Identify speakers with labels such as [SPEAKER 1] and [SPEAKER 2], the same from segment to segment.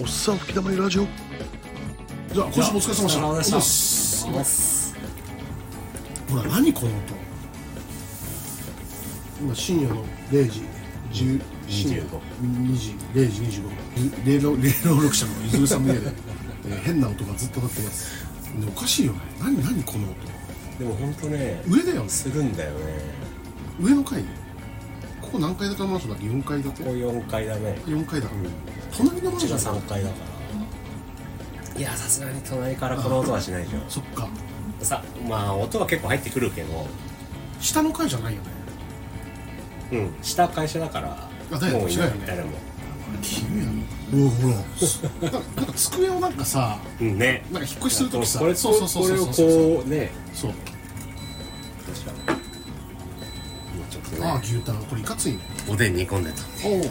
[SPEAKER 1] おっさん吹き溜まりラジオじゃあ今週もお疲れ様でした
[SPEAKER 2] お疲れ様でした
[SPEAKER 1] おっす
[SPEAKER 2] ます
[SPEAKER 1] ほら何この音今深夜の0時10
[SPEAKER 2] 25
[SPEAKER 1] 2時0時25分霊能霊能力者の伊豆さんの家で、 えー変な音がずっと鳴ってますでおかしいよね何何この音
[SPEAKER 2] でも本当ね
[SPEAKER 1] 上だよ
[SPEAKER 2] するんだよね
[SPEAKER 1] 上の階ここ何階建てのマンションだっけ4階建
[SPEAKER 2] ここ
[SPEAKER 1] て
[SPEAKER 2] 4階だね
[SPEAKER 1] 4階だ、隣のマ
[SPEAKER 2] こ
[SPEAKER 1] ン
[SPEAKER 2] っ
[SPEAKER 1] シ
[SPEAKER 2] ち
[SPEAKER 1] ョ
[SPEAKER 2] が
[SPEAKER 1] ンだ
[SPEAKER 2] 3階だからいやさすがに隣からこの音はしないでしょ
[SPEAKER 1] そっか
[SPEAKER 2] さまあ音は結構入ってくるけど
[SPEAKER 1] 下の階じゃないよね
[SPEAKER 2] うん下会社だから
[SPEAKER 1] あだよね
[SPEAKER 2] もうい
[SPEAKER 1] 違う
[SPEAKER 2] ない
[SPEAKER 1] よね
[SPEAKER 2] 誰も
[SPEAKER 1] 君やのおほらなんかなんか机をなんかさ
[SPEAKER 2] うんね
[SPEAKER 1] なんか引っ越しするときさ
[SPEAKER 2] これと
[SPEAKER 1] そうそうそう
[SPEAKER 2] これ
[SPEAKER 1] そ
[SPEAKER 2] を
[SPEAKER 1] うそう
[SPEAKER 2] こうね
[SPEAKER 1] そう
[SPEAKER 2] どうしたの今ちょっと
[SPEAKER 1] ああ
[SPEAKER 2] ね
[SPEAKER 1] 牛タンこれいかついね
[SPEAKER 2] おでん煮込んでた
[SPEAKER 1] おお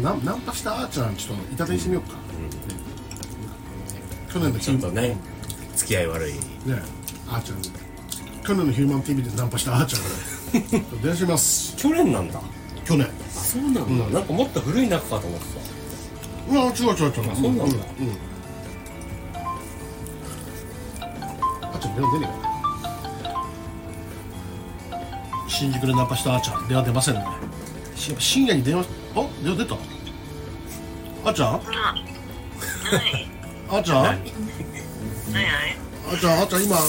[SPEAKER 1] ナナンパしたあーちゃんちょっと板手にしてみようか、去年の
[SPEAKER 2] ちょっとね付き合い悪い
[SPEAKER 1] ねあーちゃん去年のヒューマン TV でナンパしたあーちゃん がね電話します
[SPEAKER 2] 去年なんだ
[SPEAKER 1] 去年
[SPEAKER 2] あそうなんだ、なんかもっと古い仲かと思って
[SPEAKER 1] うわ違う違う違う
[SPEAKER 2] あそうなんだ
[SPEAKER 1] うん、うんあーちゃん電話出ねえか新宿でナンパしたあーちゃん電話出ませんねしやっぱ深夜に電話しあ電話出たあーちゃん
[SPEAKER 3] はい。
[SPEAKER 1] あーちゃん
[SPEAKER 3] はいはい。
[SPEAKER 1] あじゃああじゃあ今あ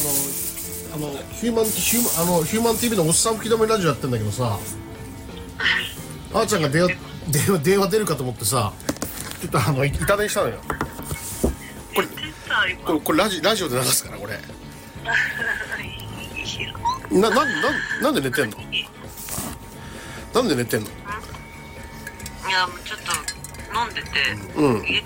[SPEAKER 1] のあのヒューマンヒューマンあのヒューマン TV のおっさん吹き止めラジオやってんだけどさあーちゃんが電話電話電話 出るかと思ってさちょっとあのい痛手にしたのよ
[SPEAKER 3] これ。さ、今。
[SPEAKER 1] これこれラジラジオで流すからこれ
[SPEAKER 3] いいよ。
[SPEAKER 1] ななんなんなんで寝てんのなんで寝てんの
[SPEAKER 3] いや、もうちょっと飲んでて、
[SPEAKER 1] うん
[SPEAKER 3] 家帰って、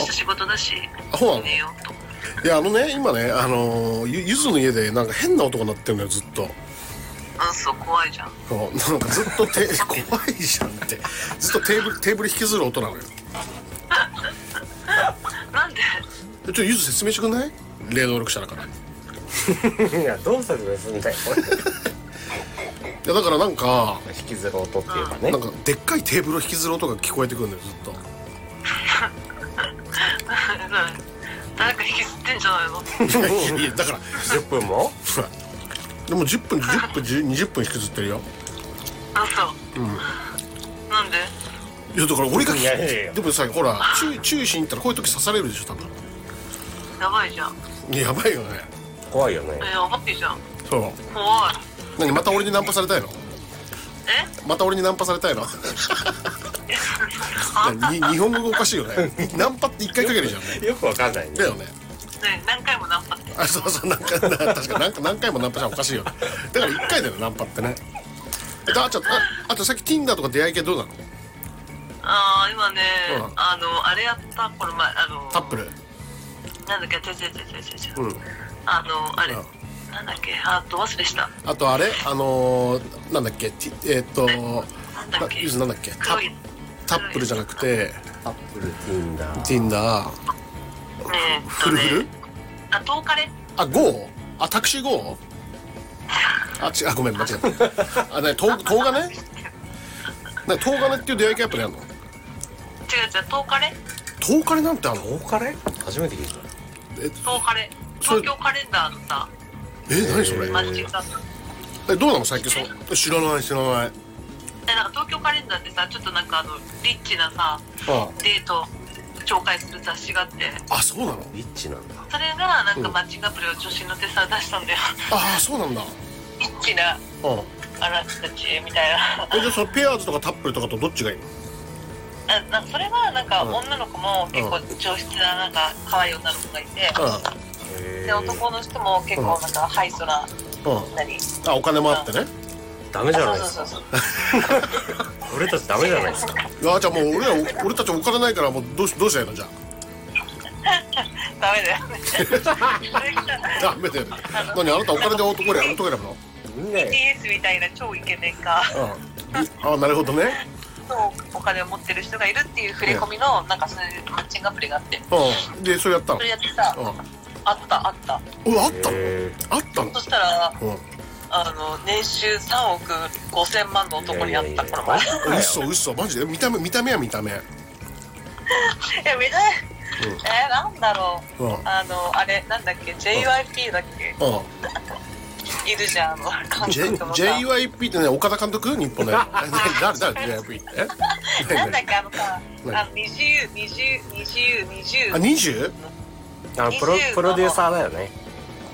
[SPEAKER 3] 明日仕事だし、
[SPEAKER 1] あそうなの
[SPEAKER 3] 寝ようと。
[SPEAKER 1] いやあのね今ねあのゆゆずの家でなんか変な音が鳴ってんのよずっと
[SPEAKER 3] うん、そう、怖いじゃん。
[SPEAKER 1] このなんかずっとて 怖いじゃんってずっとテーブルテーブル引きずる音なのよ
[SPEAKER 3] なんで、
[SPEAKER 1] ちょっとゆず説明してくんない霊能力者だから
[SPEAKER 2] たいやどう説明するんだよ
[SPEAKER 1] いやだからなんか
[SPEAKER 2] 引きずる音っていうかね
[SPEAKER 1] なんかでっかいテーブルを引きずる音が聞こえてくるんだよずっと
[SPEAKER 3] なんで誰か引きずってんじゃないの
[SPEAKER 1] いやいやだから
[SPEAKER 2] 10分も
[SPEAKER 1] ほらでも10分10分10 20分引きずってるよ
[SPEAKER 3] あ、そう。なんで
[SPEAKER 1] いやだから俺が
[SPEAKER 2] いやいやいや
[SPEAKER 1] でもさほら注意注意しに行ったらこういう時刺されるでしょ多分
[SPEAKER 3] やばいじゃん。
[SPEAKER 1] いややばいよね
[SPEAKER 2] 怖いよね
[SPEAKER 3] え、やばいじゃん。
[SPEAKER 1] そう
[SPEAKER 3] 怖い。
[SPEAKER 1] 何また俺にナンパされたいの
[SPEAKER 3] え
[SPEAKER 1] また俺にナンパされたいの に日本語がおかしいよ ねナンパって一回かけるじゃんね
[SPEAKER 2] よくわかんないね
[SPEAKER 1] だよね
[SPEAKER 3] ね、何回もナンパって。
[SPEAKER 1] あそうそうなんかな確かなんか何回もナンパしたらおかしいよねだから一回だよねナンパってねえだあちゃんああとさっき Tinder とか出会い系どうなの
[SPEAKER 3] あー、今ね
[SPEAKER 1] うん、
[SPEAKER 3] あの、あれやった、この前、あの、
[SPEAKER 1] タップル
[SPEAKER 3] なんだっけ、ちょちょちょちょちょちょ。
[SPEAKER 1] うん
[SPEAKER 3] あの、あれ、
[SPEAKER 1] うん
[SPEAKER 3] なんだっけ、あと忘れした。
[SPEAKER 1] あとあれあのー、なんだっけティえーっと
[SPEAKER 3] なんだっけ
[SPEAKER 1] ゆずなんだっけタ
[SPEAKER 3] 黒い。ね
[SPEAKER 1] タップルじゃなくて
[SPEAKER 2] アップルティンダー
[SPEAKER 1] Tinder
[SPEAKER 3] えっ
[SPEAKER 1] フ
[SPEAKER 3] と
[SPEAKER 1] ル
[SPEAKER 3] ね
[SPEAKER 1] フル
[SPEAKER 3] あ、トーカレ
[SPEAKER 1] あ GO あタクシー GO あちあごめん間違ったあねとうとうがねねとうがねっていう出会い系アプリあるの
[SPEAKER 3] 違う違う、トーカレ
[SPEAKER 1] とうかれなんてあるの
[SPEAKER 2] どうかね初めて聞いた
[SPEAKER 3] トーカレ
[SPEAKER 1] それ
[SPEAKER 3] 東京カレンダーのさ、
[SPEAKER 1] え何それ
[SPEAKER 2] へー
[SPEAKER 3] マッチングだった。
[SPEAKER 1] えどうなの最近そう知らない知らない
[SPEAKER 3] え、なんか東京カレンダーってさ、ちょっとなんかあの、リッチなさ、
[SPEAKER 1] あ
[SPEAKER 3] デート紹介する雑誌があって、
[SPEAKER 1] あそうなの
[SPEAKER 2] リッチなんだ
[SPEAKER 3] それがなんかマッチングアプリを女子の手さ、出したんだよ。
[SPEAKER 1] ああそうなんだ
[SPEAKER 3] リッチな、
[SPEAKER 1] うん
[SPEAKER 3] あなたたち、みたいな。
[SPEAKER 1] えじゃあそのペアーズとかタップルとかとどっちがいいの
[SPEAKER 3] あなんかそれはなんか
[SPEAKER 1] うん
[SPEAKER 3] 女の子も結構上質ななんか可愛い女の子がいて、
[SPEAKER 1] う
[SPEAKER 3] で、男の人も結構なんかハイソな、
[SPEAKER 1] んうん
[SPEAKER 3] 何
[SPEAKER 1] あお金もあってね
[SPEAKER 2] ダメじゃないで
[SPEAKER 3] あ、そう
[SPEAKER 2] す
[SPEAKER 3] そう
[SPEAKER 2] か
[SPEAKER 3] そうそう。
[SPEAKER 2] 俺たちダメじゃないですか
[SPEAKER 1] いやじゃあもう俺らお俺たちお金ないからもうどうしどうしたらいいのじゃ
[SPEAKER 3] ダメだよ ね。
[SPEAKER 1] あダメだよね何あなたお金で男や男選ぶの
[SPEAKER 3] BTS みたいな超イケメンか、
[SPEAKER 1] うんあなるほどね
[SPEAKER 3] そうお金を持ってる人がいるっていう振り込みの、なんかそういうマッチングアプリがあって、
[SPEAKER 1] うんでそれやったの
[SPEAKER 3] それやってさ、
[SPEAKER 1] うん
[SPEAKER 3] あったあった。
[SPEAKER 1] おあったの
[SPEAKER 2] へ
[SPEAKER 1] あったの
[SPEAKER 3] そしたら、
[SPEAKER 1] うん
[SPEAKER 3] あの、年収3億5千万の男に会った、この前。
[SPEAKER 1] 嘘嘘マジで見た目見た目は見た目
[SPEAKER 3] やメジャー、えー、なんだろう、
[SPEAKER 1] うん
[SPEAKER 3] あのあれなんだっけ JYP だっけ、
[SPEAKER 1] うん
[SPEAKER 3] いるじゃんあの韓
[SPEAKER 1] J-
[SPEAKER 3] 国のさ
[SPEAKER 1] JYP ってね岡田監督日本 の誰誰 JYP ってえ
[SPEAKER 3] なんだっけあのさ
[SPEAKER 1] 何
[SPEAKER 3] あの二十二十二十二
[SPEAKER 1] あ
[SPEAKER 3] 十
[SPEAKER 1] 20?
[SPEAKER 2] あのプロ
[SPEAKER 3] 20
[SPEAKER 2] プロデューサーだよね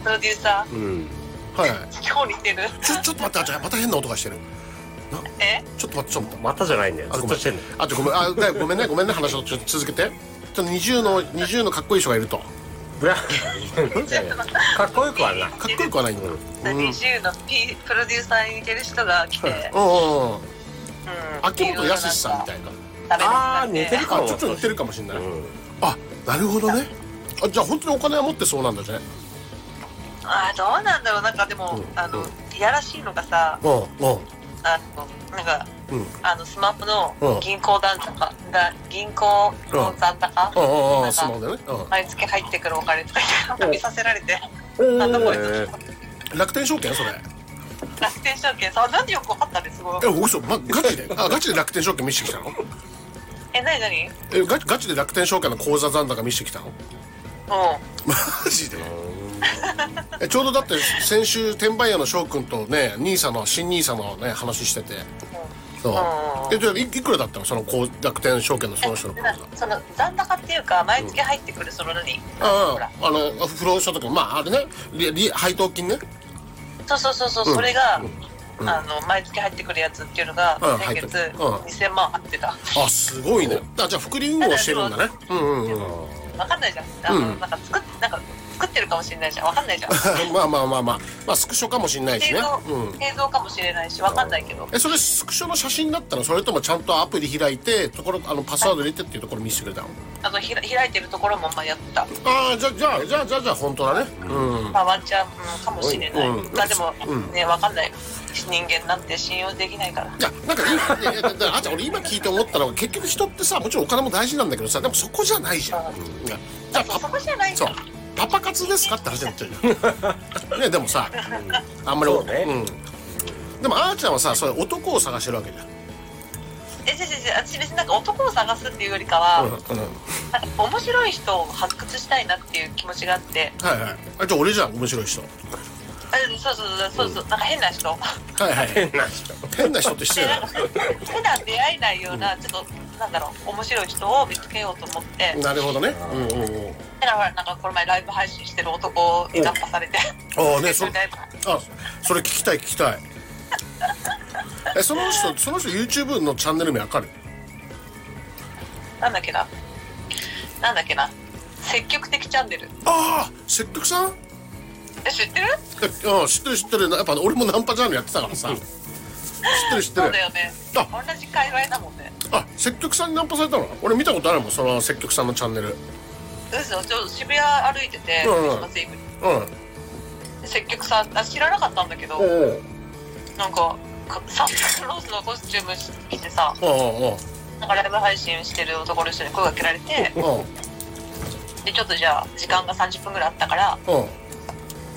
[SPEAKER 3] プロデューサ
[SPEAKER 2] うん
[SPEAKER 1] はい
[SPEAKER 3] ー 今日似てる
[SPEAKER 1] ちょちょっと待ってあちゃんまた変な音がしてる
[SPEAKER 3] え
[SPEAKER 1] ちょっと待ってちょっと待って
[SPEAKER 2] またじゃないんだよ
[SPEAKER 1] あ
[SPEAKER 2] ず
[SPEAKER 1] ごめ
[SPEAKER 2] っと
[SPEAKER 1] ん
[SPEAKER 2] してんだよ
[SPEAKER 1] あとごめんあだごめんねごめんね話をちょっと続けてちょっと20の20のかっこいい人がいるとか
[SPEAKER 2] ブラ
[SPEAKER 3] ちょっと待って
[SPEAKER 2] かっこよくはない
[SPEAKER 1] っこよくはないんだうんうんうん
[SPEAKER 3] 二十の P プロデューサーに似てる人が来て、うん、
[SPEAKER 1] 秋元康さんみたいな
[SPEAKER 3] 誰
[SPEAKER 2] あ
[SPEAKER 3] だ
[SPEAKER 2] ー似てるか
[SPEAKER 1] あちょっと似てるかもしれない、
[SPEAKER 2] うん
[SPEAKER 1] あなるほどねあじゃあ本当にお金は持ってそうなんだじゃね
[SPEAKER 3] あーどうなんだろうなんかでも、
[SPEAKER 1] うん
[SPEAKER 3] あのいやらしいのがさ
[SPEAKER 1] うんうん
[SPEAKER 3] あのなんか
[SPEAKER 1] うん
[SPEAKER 3] あのスマップ
[SPEAKER 1] う
[SPEAKER 3] の
[SPEAKER 1] ん
[SPEAKER 3] 銀行残高が銀行の残高、
[SPEAKER 1] うんうんう
[SPEAKER 3] なんん
[SPEAKER 1] スマ
[SPEAKER 3] か
[SPEAKER 1] ホでね、
[SPEAKER 3] 毎月入ってくるお金とかなんか見させられて
[SPEAKER 1] うん、
[SPEAKER 3] なんだこれ
[SPEAKER 2] え
[SPEAKER 1] お楽天証券それ
[SPEAKER 3] 楽天証券さなんでよく分かったねすごい
[SPEAKER 1] え嘘、ま、ガチであガチで楽天証券見せてきたの
[SPEAKER 3] えなになに
[SPEAKER 1] えガチガチで楽天証券の口座残高見せてきたの
[SPEAKER 3] う
[SPEAKER 1] マジでえちょうどだって先週転売屋の翔くんとね兄さんの新兄さんのね話しててそう
[SPEAKER 3] うん
[SPEAKER 1] えじゃあいいくらだったのそのこう楽天証券のその人の口
[SPEAKER 3] ん
[SPEAKER 1] 座
[SPEAKER 3] その残高っていうか毎月入ってくるその何、ほ
[SPEAKER 1] あ
[SPEAKER 3] ら
[SPEAKER 1] ああの不労所得まああれね利利配当金ね
[SPEAKER 3] そうそうそうそう、それが、あの毎月入ってくるやつっていうのが、
[SPEAKER 1] うん
[SPEAKER 3] 先月、
[SPEAKER 1] 入ってるうん
[SPEAKER 3] 2000万入ってた
[SPEAKER 1] あすごいねあじゃあ福利運をしてるんだねうんうんうん
[SPEAKER 3] わかんないじゃんあの、なんか作っなんか作ってるかもしれないじゃんわかんないじゃん
[SPEAKER 1] まあまあまあまあまあスクショかもしんないし
[SPEAKER 3] 映
[SPEAKER 1] ね
[SPEAKER 3] 像、
[SPEAKER 1] うん
[SPEAKER 3] 映像かもしれないしわかんないけど
[SPEAKER 1] えそれスクショの写真だったのそれともちゃんとアプリ開いてところあのパスワード入れてっていうところ見せてくれたの
[SPEAKER 3] あのひら開いてるところもまあやった、
[SPEAKER 1] ああじゃあじゃあじゃあじゃあじゃあ本当だねうん
[SPEAKER 3] まあ、ワンチャン、うん、かもしれない、
[SPEAKER 1] うん
[SPEAKER 3] まあでも、
[SPEAKER 1] うん
[SPEAKER 3] ねわかんない人間なんて信用できないから
[SPEAKER 1] いやなんか今いやいやだからあーちゃん俺今聞いて思ったのは結局人ってさもちろんお金も大事なんだけどさでもそこじゃないじゃん、
[SPEAKER 3] うん
[SPEAKER 1] いやじゃあ
[SPEAKER 3] そうそ
[SPEAKER 1] パ
[SPEAKER 3] こじゃないん
[SPEAKER 1] そう
[SPEAKER 3] だ
[SPEAKER 1] パパ活ですかって話になっちゃうよねでもさ、あんまり
[SPEAKER 2] そうね
[SPEAKER 1] うん、でもあーちゃんはさそれ男を探してるわけじゃん
[SPEAKER 3] え違う違う違う私別になんか男を探すっていうよりかは、
[SPEAKER 1] うんうん
[SPEAKER 3] なんか面白い人を発掘したいなっていう気持ちがあって
[SPEAKER 1] はいはいあじゃあ俺じゃん面白い人は
[SPEAKER 3] あそうそうそうそうそう、なんか変な人
[SPEAKER 1] いはい
[SPEAKER 2] 変な人
[SPEAKER 1] 変な人って失
[SPEAKER 3] で
[SPEAKER 1] 礼だ
[SPEAKER 3] なん
[SPEAKER 1] よ
[SPEAKER 3] か普段出会えないようなちょっとなんだろう面白い人を見つけようと思って
[SPEAKER 1] なるほどねうんうんうん
[SPEAKER 3] だからなんかこの前ライブ配信してる男にナンパされて
[SPEAKER 1] ああね
[SPEAKER 3] 一
[SPEAKER 1] そ
[SPEAKER 3] 緒にライブ
[SPEAKER 1] あそれ聞きたい聞きたいえその人その人 YouTube のチャンネル名わかる
[SPEAKER 3] なんだっけななんだっけな積極的チャンネル
[SPEAKER 1] ああ積極さん
[SPEAKER 3] え知ってる
[SPEAKER 1] えうん知ってる知ってるやっぱ俺もナンパジャンルやってたからさ知ってる知って
[SPEAKER 3] そう
[SPEAKER 1] る
[SPEAKER 3] だよね同
[SPEAKER 1] あ
[SPEAKER 3] じ界隈だもんね
[SPEAKER 1] あ積極さんにナンパされたの俺見たことあるもんその積極さんのチャンネルうん
[SPEAKER 3] 嘘ちょっと渋谷歩いててク
[SPEAKER 1] うん
[SPEAKER 3] リスマスイブに積極さんあ知らなかったんだけど
[SPEAKER 1] おうおう
[SPEAKER 3] なんかかサンタクロースのコスチューム着てさ
[SPEAKER 1] おうおう
[SPEAKER 3] なんかライブ配信してる男の人に声かけられて
[SPEAKER 1] おう
[SPEAKER 3] でちょっとじゃあ時間が30分ぐらいあったから
[SPEAKER 1] おう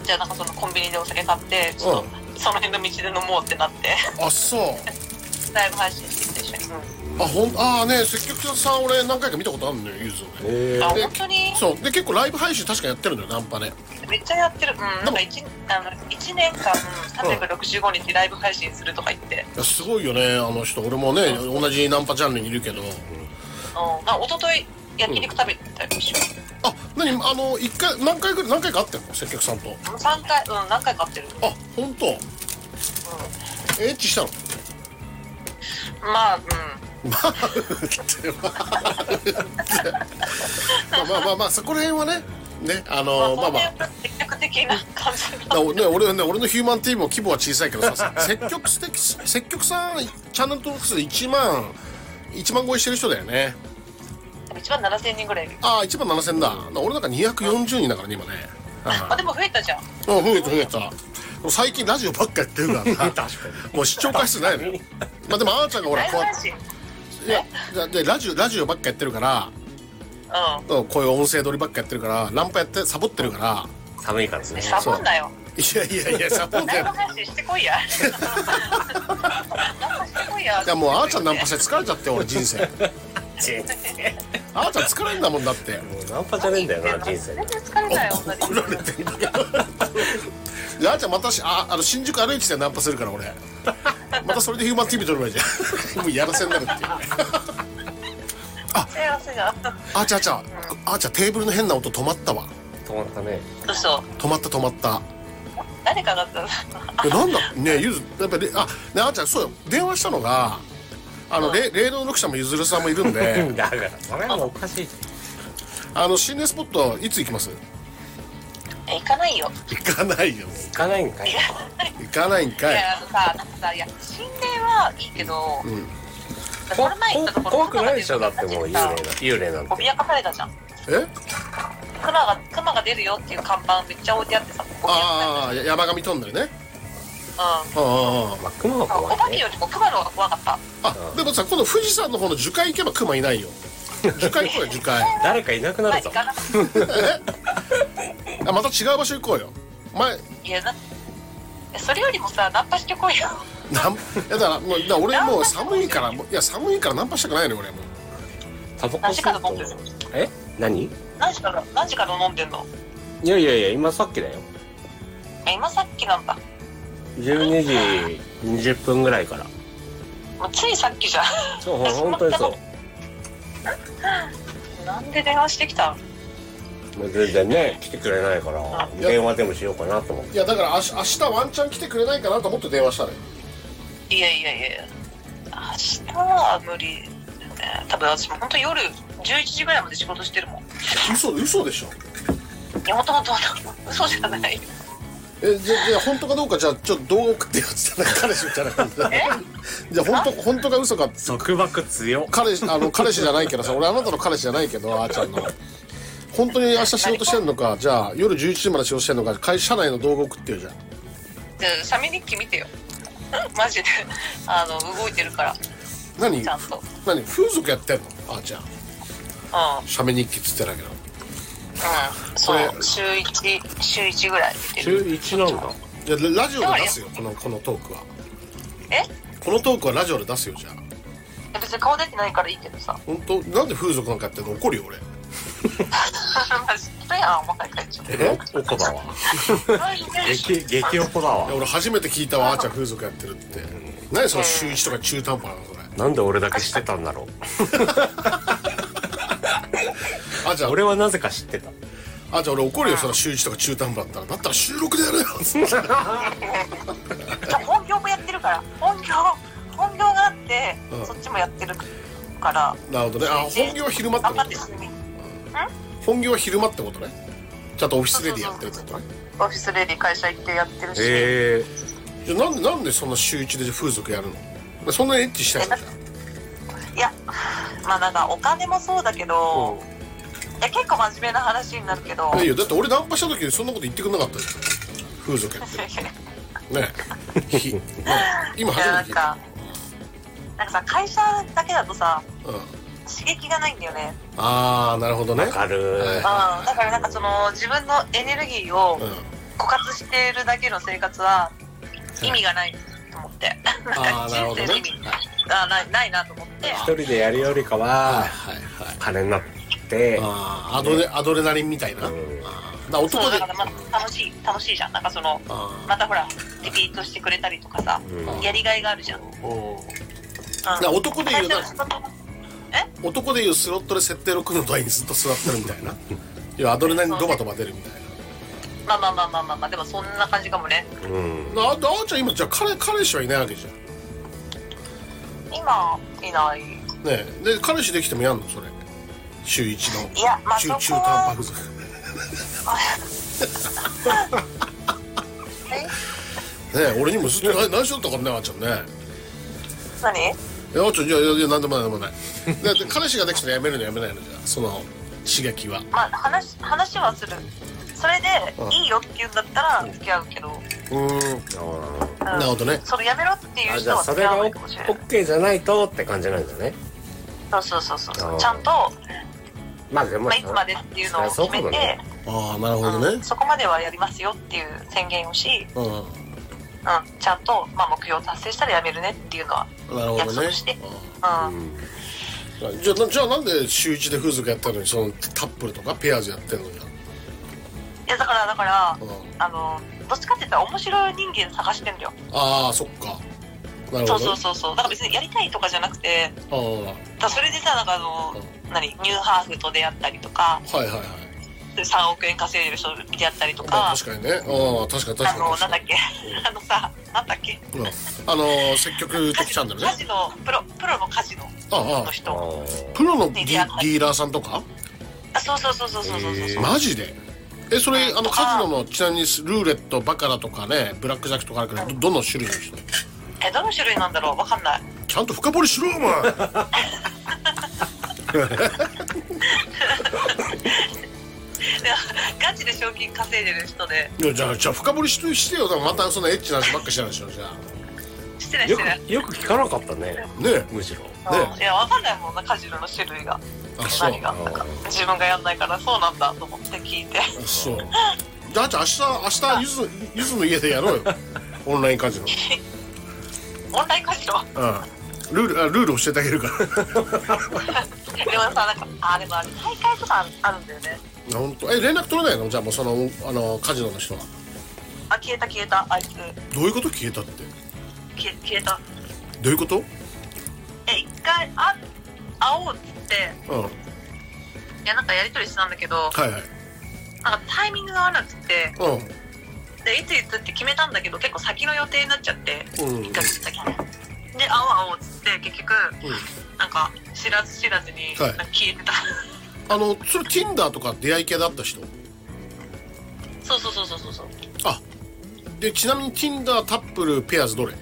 [SPEAKER 3] じゃあなんかそのコンビニでお酒買ってちょっとその辺の道で飲もうってなって
[SPEAKER 1] あそう
[SPEAKER 3] ライブ配信してきて一緒に、
[SPEAKER 1] あほんああね積極さん俺何回か見たことあるのよゆずをね
[SPEAKER 2] え
[SPEAKER 3] あ
[SPEAKER 1] で
[SPEAKER 3] 本当に
[SPEAKER 1] そうで結構ライブ配信確かやってるのよナンパね
[SPEAKER 3] めっちゃやってるうんなんか 1, あの1年間365日ライブ配信するとか言って、
[SPEAKER 1] いやすごいよねあの人俺もね同じナンパジャンルにいるけど
[SPEAKER 3] うん、なんか一昨日焼肉食べてたりしょ、
[SPEAKER 1] あ何あの一回何回ぐらい何回か会ってんの接客さんと
[SPEAKER 3] う3回うん何回買ってる、
[SPEAKER 1] あ本当エッチしたの
[SPEAKER 3] うん、まあうん
[SPEAKER 1] まあってまあってまあまあまあまあそこら辺はねねあのまあまあ
[SPEAKER 3] まあ積極的な感じ
[SPEAKER 1] だ
[SPEAKER 3] が
[SPEAKER 1] ね、俺はね俺のヒューマン TV も規模は小さいけどさ積極的積極さんチャンネル登録数1万1万超えしてる人だよね
[SPEAKER 3] 1万7000人ぐらいいる
[SPEAKER 1] ああ1万7000だ俺なんか240人だからね今ね
[SPEAKER 3] まあでも増えたじゃん
[SPEAKER 1] あ増えた増えた最近ラジオばっかやってるから なもう視聴回数ないのよまあでもあーちゃんがほら
[SPEAKER 3] ライブ
[SPEAKER 1] こうや
[SPEAKER 3] 配
[SPEAKER 1] っ
[SPEAKER 3] 信
[SPEAKER 1] ていやだでラジオラジオばっかやってるから
[SPEAKER 3] う
[SPEAKER 1] うんこういう音声撮りばっかやってるからナンパやってサボってるから
[SPEAKER 2] 寒いからです
[SPEAKER 3] ん
[SPEAKER 2] ね
[SPEAKER 3] サボんなよ
[SPEAKER 1] いやいやいやサボって
[SPEAKER 3] ナン
[SPEAKER 1] や
[SPEAKER 3] パ配信してこいやナンパしてこいや
[SPEAKER 1] いやもうあーちゃんナンパして疲れちゃって俺人生
[SPEAKER 2] ちって
[SPEAKER 1] あなた疲れんだもんだって
[SPEAKER 2] もうナンパじゃねえんだよな人生
[SPEAKER 3] 全然疲れない女です
[SPEAKER 1] 怒られてんだよいやあーちゃんまたしああの新宿歩いてたらナンパするから俺 またそれでヒューマン TV 撮ればいいじゃん もうやらせになるっていう
[SPEAKER 3] 幸せじゃん
[SPEAKER 1] あーちゃんあーちゃんあーちゃんテーブルの変な音止まったわ
[SPEAKER 2] 止まったね
[SPEAKER 3] どうした
[SPEAKER 1] 止まった止まった
[SPEAKER 3] 誰かだったの
[SPEAKER 1] いやなんだねゆずやっぱりあねあーちゃんそうよ電話したのがあの、れ霊能力者もゆずるさんもいるんで
[SPEAKER 2] だからそれはおかしい
[SPEAKER 1] あの心霊スポットいつ行きます
[SPEAKER 3] え行かないよ
[SPEAKER 1] 行かないよ
[SPEAKER 2] 行かないんかい
[SPEAKER 1] 行かないん
[SPEAKER 3] い
[SPEAKER 1] かい
[SPEAKER 3] やあのさなんかさいや心霊はいいけど、
[SPEAKER 1] ん
[SPEAKER 3] この前行ったところ
[SPEAKER 2] 怖くないでしょだってもう幽霊な
[SPEAKER 3] さ
[SPEAKER 2] 幽霊なんて
[SPEAKER 3] 脅かされたじゃん
[SPEAKER 1] え
[SPEAKER 3] 熊が熊が出るよっていう看板めっちゃ置いてあってさここ
[SPEAKER 1] ああや山上トンネルね
[SPEAKER 3] う
[SPEAKER 1] ああ
[SPEAKER 2] まあ熊は
[SPEAKER 3] んお
[SPEAKER 2] 怖
[SPEAKER 3] 化
[SPEAKER 2] い
[SPEAKER 3] け
[SPEAKER 2] ね
[SPEAKER 3] よりも熊の方が怖かった
[SPEAKER 1] ああでもさ今度富士山の方の樹海行けば熊いないよ樹海行こうよ樹海
[SPEAKER 2] 誰かいなくな
[SPEAKER 3] まあ
[SPEAKER 2] るぞ
[SPEAKER 3] 行かな
[SPEAKER 1] あまた違う場所行こうよ前
[SPEAKER 3] いやなそれよりもさナンパしてこいよ
[SPEAKER 1] なんいやだからもうだから俺もう寒いからもういや寒いからナンパしたくないのよ俺も
[SPEAKER 2] タバコ吸うと思う
[SPEAKER 3] 何時から飲ん
[SPEAKER 2] え何
[SPEAKER 3] 何時から何時から飲んでんの
[SPEAKER 2] いやいやいや今さっきだよ
[SPEAKER 3] え今さっきなんだ
[SPEAKER 2] 12時20分ぐらいから
[SPEAKER 3] もうついさっきじゃ
[SPEAKER 2] そうほん本当にそ
[SPEAKER 3] んなんで電話してきたの
[SPEAKER 2] うもう全然ね来てくれないから電話でもしようかなと思って
[SPEAKER 1] いやだからあし明日ワンチャン来てくれないかなと思って電話したのよ
[SPEAKER 3] いやいやいや明日は無理だよね多分私も本当夜11時ぐらいまで仕事してるもんい
[SPEAKER 1] 嘘嘘でしょ
[SPEAKER 3] や本当本当本当 嘘じゃない
[SPEAKER 1] えじゃじゃあ本当かどうかじゃあちょっと動画送ってよっつったら彼氏みたいな感じでじゃあ本当本当か嘘か
[SPEAKER 2] 束縛強
[SPEAKER 1] 彼氏あの彼氏じゃないけ どさ俺あなたの彼氏じゃないけどあーちゃんの本当に明日仕事してんのかじゃあ夜11時まで仕事してんのか会社内の動画送ってよじゃん
[SPEAKER 3] じゃあサメ日記見てよ マジであの動いてるから
[SPEAKER 1] 何
[SPEAKER 3] ちゃんと
[SPEAKER 1] 何風俗やってんのあーちゃん
[SPEAKER 3] うん
[SPEAKER 1] 写メ日記っつってたけど
[SPEAKER 3] うんそう週1週1ぐらい見てる
[SPEAKER 2] 週一なんだ
[SPEAKER 1] じゃあララジオで出すよこのこのトークは
[SPEAKER 3] え
[SPEAKER 1] このトークはラジオで出すよじゃあ
[SPEAKER 3] 別に顔出てないからいいけどさ
[SPEAKER 1] 本当なんで風俗なんかやってんの怒るよ俺
[SPEAKER 3] マジそれやん若い 会長
[SPEAKER 1] え
[SPEAKER 2] おこだわ激激おこだ
[SPEAKER 1] い
[SPEAKER 2] わ
[SPEAKER 1] や俺初めて聞いたわあーちゃん風俗やってるって何その週1とか中途半端なのそれ
[SPEAKER 2] なんで俺だけ知ってたんだろう
[SPEAKER 1] あーちゃん俺
[SPEAKER 2] 俺はなぜか知 ってた
[SPEAKER 1] あーちゃん俺怒るよその週1とか中途半端だったらだったら収録でやれよつって
[SPEAKER 3] じゃあ本業もやってるから本業本業があって、
[SPEAKER 1] うん
[SPEAKER 3] そっちもやってるから
[SPEAKER 1] なるほどねあ本業は昼間って
[SPEAKER 3] 頑
[SPEAKER 1] こ
[SPEAKER 3] 張っ
[SPEAKER 1] と
[SPEAKER 3] て
[SPEAKER 1] ね
[SPEAKER 3] 休み
[SPEAKER 1] 本業は昼間ってことねちゃんとオフィスレディやってるってことね
[SPEAKER 3] オフィスレディ会社行ってやってるし、
[SPEAKER 2] へえ
[SPEAKER 1] じゃあなんでなんでそんな週1で風俗やるのそんなにエッチしたいのじゃ
[SPEAKER 3] いやまあなんかお金もそうだけど、いや結構真面目な話になるけど、
[SPEAKER 1] あ いやいやだって俺ナンパした時にそんなこと言ってくんなかったでしょ風俗やってるねえひねえ今
[SPEAKER 3] いや
[SPEAKER 1] 初
[SPEAKER 3] な
[SPEAKER 1] め
[SPEAKER 3] ん
[SPEAKER 1] て聞いた
[SPEAKER 3] かなんかさ会社だけだとさ
[SPEAKER 1] うん
[SPEAKER 3] 刺激がないんだよね、
[SPEAKER 1] ああなるほどね
[SPEAKER 2] わかる
[SPEAKER 1] はい
[SPEAKER 3] うん、だからなんかその自分のエネルギーを
[SPEAKER 1] うん
[SPEAKER 3] 枯渇しているだけの生活は意味がないと思って、
[SPEAKER 1] ああなるほどね
[SPEAKER 3] 人生の意味あないないなと思って
[SPEAKER 2] 一人でやるよりか
[SPEAKER 1] はい
[SPEAKER 2] は
[SPEAKER 1] はいはい
[SPEAKER 2] 金になって
[SPEAKER 1] ああアドレアドレナリンみたいな、あ
[SPEAKER 2] うん
[SPEAKER 1] あだ
[SPEAKER 3] そ
[SPEAKER 1] 男
[SPEAKER 3] う
[SPEAKER 1] で
[SPEAKER 3] だからまあ楽しい楽しいじゃんなんかその
[SPEAKER 1] あ
[SPEAKER 3] またほらリピートしてくれたりとかさ
[SPEAKER 2] うん
[SPEAKER 3] やりがいがあるじゃん、うん、
[SPEAKER 1] ーおーな男で言うな
[SPEAKER 3] 最初の仕事も
[SPEAKER 1] 男でいうスロットで設定の組の台にずっと座ってるみたいないやアドレナリンドバドバ出るみたい
[SPEAKER 3] まあまあまあまあまあまあでもそんな感じかもね
[SPEAKER 2] うん
[SPEAKER 1] ななああーちゃん今じゃあ彼彼氏はいないわけじゃん
[SPEAKER 3] 今いない
[SPEAKER 1] ねえで彼氏できてもやんのそれ週一の
[SPEAKER 3] いやまあ
[SPEAKER 1] 中
[SPEAKER 3] そこは
[SPEAKER 1] 中途半端不足
[SPEAKER 3] え
[SPEAKER 1] ねえ俺にも ずっとな内緒だったからねあーちゃんね
[SPEAKER 3] 何
[SPEAKER 1] いやあーちゃんいやいやいやなんでもないなんでもない だって彼氏ができたらやめるのやめないのじゃあその刺激は
[SPEAKER 3] まあ話話はするそれ
[SPEAKER 1] うん
[SPEAKER 3] でいいよって言うんだったら付き合うけど、
[SPEAKER 1] うーん
[SPEAKER 2] あ
[SPEAKER 3] うん
[SPEAKER 1] なるほどね
[SPEAKER 3] それやめろっていう
[SPEAKER 2] ーじ
[SPEAKER 3] 人
[SPEAKER 2] ゃあ
[SPEAKER 3] は
[SPEAKER 2] そ
[SPEAKER 3] 付
[SPEAKER 2] れ
[SPEAKER 3] き合
[SPEAKER 2] が
[SPEAKER 3] わな
[SPEAKER 2] オ
[SPEAKER 3] いかもしれない
[SPEAKER 2] ッケーじゃないとって感じなんだね
[SPEAKER 3] そうそうそうそう
[SPEAKER 2] あー
[SPEAKER 3] ちゃんと、
[SPEAKER 2] まあでも
[SPEAKER 3] まあ、いつまでっていうのを
[SPEAKER 2] そうか
[SPEAKER 3] 決め
[SPEAKER 2] も
[SPEAKER 3] て
[SPEAKER 2] ね
[SPEAKER 1] ああなるほど
[SPEAKER 3] う
[SPEAKER 1] ね
[SPEAKER 3] んそこまではやりますよっていう宣言をし、
[SPEAKER 1] うん
[SPEAKER 3] うん、ちゃんと、まあ、目標を達成したらやめるねっていうのは
[SPEAKER 1] なるほど
[SPEAKER 3] 約
[SPEAKER 1] ね
[SPEAKER 3] 束して、
[SPEAKER 1] あー
[SPEAKER 3] う
[SPEAKER 2] うんん
[SPEAKER 1] じゃあなじゃあなんで週一で風俗やったのにそのタップルとかペアーズやってんのよ
[SPEAKER 3] いやだからだから、
[SPEAKER 1] うん
[SPEAKER 3] あのどっちかって言ったら面白い人間探してんだよ
[SPEAKER 1] ああそっかなる
[SPEAKER 3] そ
[SPEAKER 1] ほど
[SPEAKER 3] うそうそうそうだから別にやりたいとかじゃなくて
[SPEAKER 1] あ
[SPEAKER 3] だからそれでさなんかあの、何ニューハーフと出会ったりとか
[SPEAKER 1] あはいはいはい
[SPEAKER 3] 3億円稼いでる人に出会ったりと
[SPEAKER 1] ま
[SPEAKER 3] か
[SPEAKER 1] あ確かにねああ確かに確かに
[SPEAKER 3] あ
[SPEAKER 1] 確
[SPEAKER 3] のな
[SPEAKER 1] か
[SPEAKER 3] ん
[SPEAKER 1] に
[SPEAKER 3] だっけあのさなんだっけ
[SPEAKER 1] うんあの積極的チャンネルね
[SPEAKER 3] カジノプロプロのカジノ
[SPEAKER 1] あ
[SPEAKER 3] の
[SPEAKER 1] あ
[SPEAKER 2] あ
[SPEAKER 3] 人
[SPEAKER 2] ー
[SPEAKER 1] プロのディディーラーさんとか
[SPEAKER 3] あそうそうそうそうそうそうそう、
[SPEAKER 2] へえ
[SPEAKER 1] マジでえそれあのカジノのちなみにルーレットバカラとかねブラックジャックとかあるけどどどの種類の人
[SPEAKER 3] えどの種類なんだろうわかんない
[SPEAKER 1] ちゃんと深掘りしろお前
[SPEAKER 3] でガチで賞金稼いでる人で
[SPEAKER 1] いやじゃあじゃあ深掘りしとしてよだからまたそのエッチな話ばっかしてないでしょじゃあ
[SPEAKER 3] してないし
[SPEAKER 2] よ
[SPEAKER 3] てない
[SPEAKER 2] くよく聞かなかったね
[SPEAKER 1] ねえ
[SPEAKER 2] むしろ
[SPEAKER 1] ね
[SPEAKER 3] うんいやわかんないもんなカジノの種類が
[SPEAKER 1] あそう
[SPEAKER 3] 何がなんか自分がやんないからそうなんだと思って聞いて
[SPEAKER 1] そうだって明日明日ゆずゆずの家でやろうよオンラインカジノ
[SPEAKER 3] オンラインカジノ
[SPEAKER 1] うんルールあルール教えてあげるから
[SPEAKER 3] でもさなんかあでもあれ大会とかあるんだよね
[SPEAKER 1] 本当え連絡取れないのじゃあもうそのあのカジノの人は
[SPEAKER 3] あ消えた消えたあいつ
[SPEAKER 1] どういうこと消えたって
[SPEAKER 3] 消え消えた
[SPEAKER 1] どういうこと
[SPEAKER 3] え一回あ会おうっつって
[SPEAKER 1] うんはい
[SPEAKER 3] いやなんかやり取りしてたんだけど
[SPEAKER 1] はい
[SPEAKER 3] なんかタイミングが合わなくて
[SPEAKER 1] う
[SPEAKER 3] でいついつって決めたんだけど結構先の予定になっちゃって
[SPEAKER 1] んうん
[SPEAKER 3] 一回先にで会おう会おうっつって結局なんか知らず知らずに
[SPEAKER 1] はい
[SPEAKER 3] なんか消えてた、
[SPEAKER 1] あのそれ Tinder とか出会い系だった人
[SPEAKER 3] そうそうそうそうそうそう
[SPEAKER 1] あでちなみに Tinder タップルペアーズどれ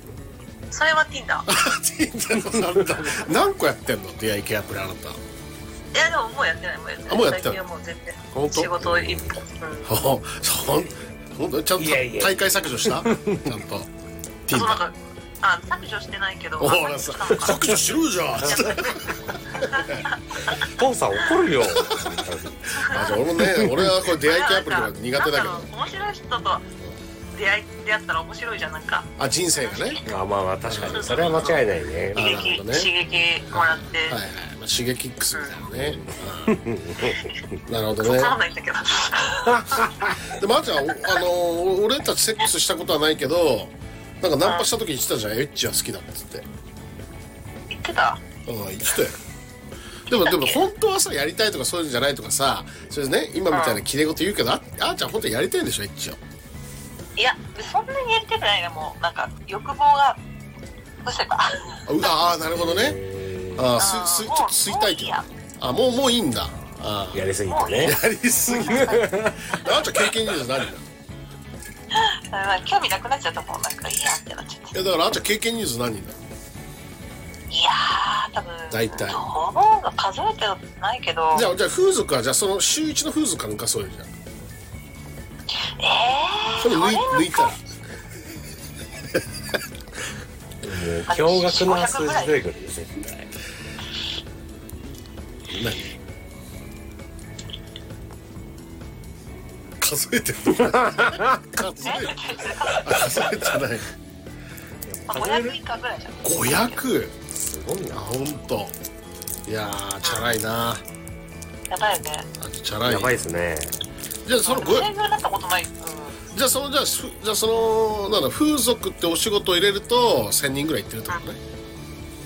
[SPEAKER 3] それは Tinder
[SPEAKER 1] Tinder のなんだ何個やってんの出会い系アプリあなた
[SPEAKER 3] いやでももうやってないもうやってない
[SPEAKER 1] あもうやってた
[SPEAKER 3] 最近はもう全然
[SPEAKER 1] 本当
[SPEAKER 3] 仕事一本、うん
[SPEAKER 1] ほほそんほんとちゃんと
[SPEAKER 2] いやいや
[SPEAKER 1] 大会削除したちゃんと
[SPEAKER 3] そうなん
[SPEAKER 1] Tinder
[SPEAKER 3] かあ削除してないけど
[SPEAKER 1] お
[SPEAKER 3] あ
[SPEAKER 1] らさ削除しろよじゃあ
[SPEAKER 3] 削除したのか
[SPEAKER 2] ポンさん怒るよ
[SPEAKER 1] あじゃあ俺もね俺はこれ出会い系アプリとか苦手だけど
[SPEAKER 3] なんか面白い人と出会い出会ったら面白いじゃんなんか
[SPEAKER 1] あ人生がね
[SPEAKER 2] ま あまあまあ確かにそれは間違いないね
[SPEAKER 1] あ
[SPEAKER 3] 刺
[SPEAKER 1] なる
[SPEAKER 3] 激
[SPEAKER 1] ほどね
[SPEAKER 3] 刺激もらって、
[SPEAKER 1] はいはい、まあ、シゲキックスみたいなね、うんなるほどね
[SPEAKER 3] わかんないんだけど
[SPEAKER 1] でまー、ちゃんおあのー俺たちセックスしたことはないけどなんかナンパした時に言ってたじゃんエッチは好きだっつって
[SPEAKER 3] 言ってた
[SPEAKER 1] うん言ってたよでもでも本当はさやりたいとかそういうんじゃないとかさそれでね今みたいなきれい事言うけどああーちゃん本当やりたいんでしょエッチを
[SPEAKER 3] いやそんなにやりたくないなもうなんか欲望がむせた
[SPEAKER 1] あうあーなるほどねあーすすちょっと吸いたいけどあもうもういいんだあ
[SPEAKER 2] やりすぎてね
[SPEAKER 1] ーやりすぎだあーちゃん経験人じゃないんだ
[SPEAKER 3] 興味なくなっちゃったもんなんかいいやってなっちゃっ
[SPEAKER 1] い
[SPEAKER 3] て
[SPEAKER 1] やだからあんちゃん経験人数何人だ
[SPEAKER 3] いやー多分
[SPEAKER 1] 大体
[SPEAKER 3] どうが数えてないけど
[SPEAKER 1] じゃあじゃあ風俗はじゃあその週一の風俗から抜かそうよじゃあ
[SPEAKER 3] えー、
[SPEAKER 1] それ抜い
[SPEAKER 3] そ
[SPEAKER 1] 抜いたら
[SPEAKER 2] 驚愕な数字出てくるよ絶対
[SPEAKER 1] 何数えてる数えて数えてない
[SPEAKER 3] まあ500以 下ぐらいじゃん
[SPEAKER 1] 500
[SPEAKER 2] すごい
[SPEAKER 1] あ
[SPEAKER 2] な
[SPEAKER 1] 本当。いやーチャラいなあ
[SPEAKER 3] やばいよね
[SPEAKER 1] チャラい
[SPEAKER 2] やばいですね
[SPEAKER 1] じゃあその
[SPEAKER 3] そ
[SPEAKER 1] 5
[SPEAKER 3] れぐらいなったことない、うん、
[SPEAKER 1] じゃあそのじゃあすじゃあそのなんだ風俗ってお仕事を入れると1000人ぐらい行ってるってことね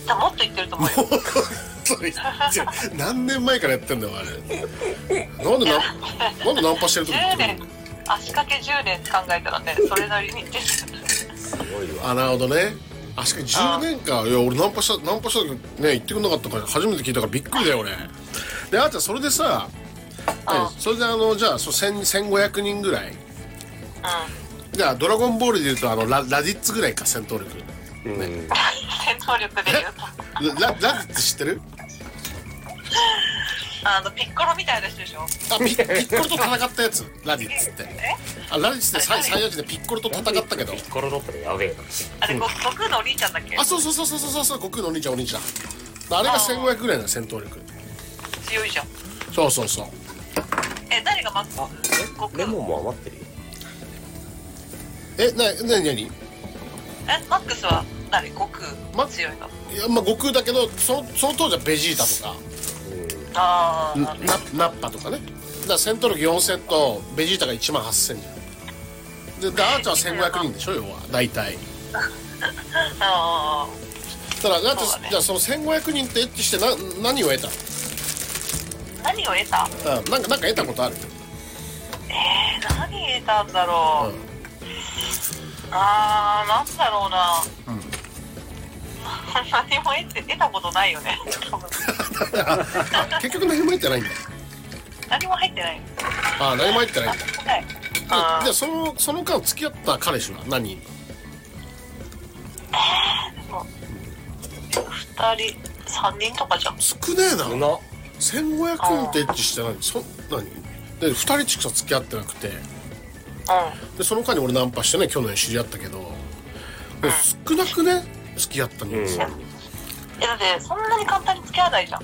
[SPEAKER 3] 多分もっと言ってると思うよ
[SPEAKER 1] それ何年前からやってんだよあれなんでななんでナンパしてる時言って
[SPEAKER 3] 10年
[SPEAKER 1] るの
[SPEAKER 3] 足掛け10年考えたらねそれなり にです
[SPEAKER 2] すごいわ
[SPEAKER 1] あなるほどねあしかに10年かいや俺ナンパしたナンパした時ね言ってくんなかったから初めて聞いたからびっくりだよ俺であーちゃんそれでさ、
[SPEAKER 3] あ
[SPEAKER 1] ねそれであのじゃあそう1000 1500人ぐらい
[SPEAKER 3] うん
[SPEAKER 1] じゃあドラゴンボールで言うとあのララディッツぐらいか戦闘力
[SPEAKER 2] うん
[SPEAKER 3] 戦闘力で言うと
[SPEAKER 1] ラララディッツ知ってる
[SPEAKER 3] あのピッコロみたいな人でしょ
[SPEAKER 1] あピピッコロと戦ったやつラディッツってあラディッツってサイサイヤ人でピッコロと戦ったけど
[SPEAKER 2] ピッコロだったらやべえな
[SPEAKER 3] あれご悟空のお兄ちゃんだっけ
[SPEAKER 1] あそうそうそうそうそうそう悟空のお兄ちゃんお兄ちゃんあれが1500ぐらいの戦闘力
[SPEAKER 3] 強いじゃん
[SPEAKER 1] そうそうそう
[SPEAKER 3] え誰が待つ
[SPEAKER 2] あ
[SPEAKER 3] 悟
[SPEAKER 2] レ
[SPEAKER 3] 空
[SPEAKER 2] レモンも余ってるよ
[SPEAKER 1] えななになに
[SPEAKER 3] えマックスはなで悟空も強いの。
[SPEAKER 1] いやまあ悟空だけどそのその当時はベジータとか
[SPEAKER 3] ああ、なるほど
[SPEAKER 1] ナナッパとかねだから戦闘力4セットベジータが1万8000じゃんででアーチャーは1500人でしょ要は大体
[SPEAKER 3] あ
[SPEAKER 1] ただだって
[SPEAKER 3] そうだね
[SPEAKER 1] じゃあその1500人ってエッチしてな何を得た
[SPEAKER 3] ー何を得た
[SPEAKER 1] の、うん、なんかなんか得たことある
[SPEAKER 3] えー、何得たんだろう、
[SPEAKER 1] うん
[SPEAKER 3] あーなんだろうな、 何も得て得たことないよね 多分
[SPEAKER 1] 結局何も入ってないんだ
[SPEAKER 3] 何も入ってない
[SPEAKER 1] ああ何も入ってないんだ
[SPEAKER 3] はいあ
[SPEAKER 1] ででそのその間付き合った彼氏は何
[SPEAKER 3] ー二人三人とかじゃん
[SPEAKER 1] 少ねえな
[SPEAKER 2] うな
[SPEAKER 1] 1500人ってエッチしてないそ何で2人しか付き合ってなくて
[SPEAKER 3] う
[SPEAKER 1] でその間に俺ナンパしてね去年知り合ったけどで少なくね付き合った人数、
[SPEAKER 2] うん
[SPEAKER 3] んいやだってそんなに簡単に付き合わないじゃん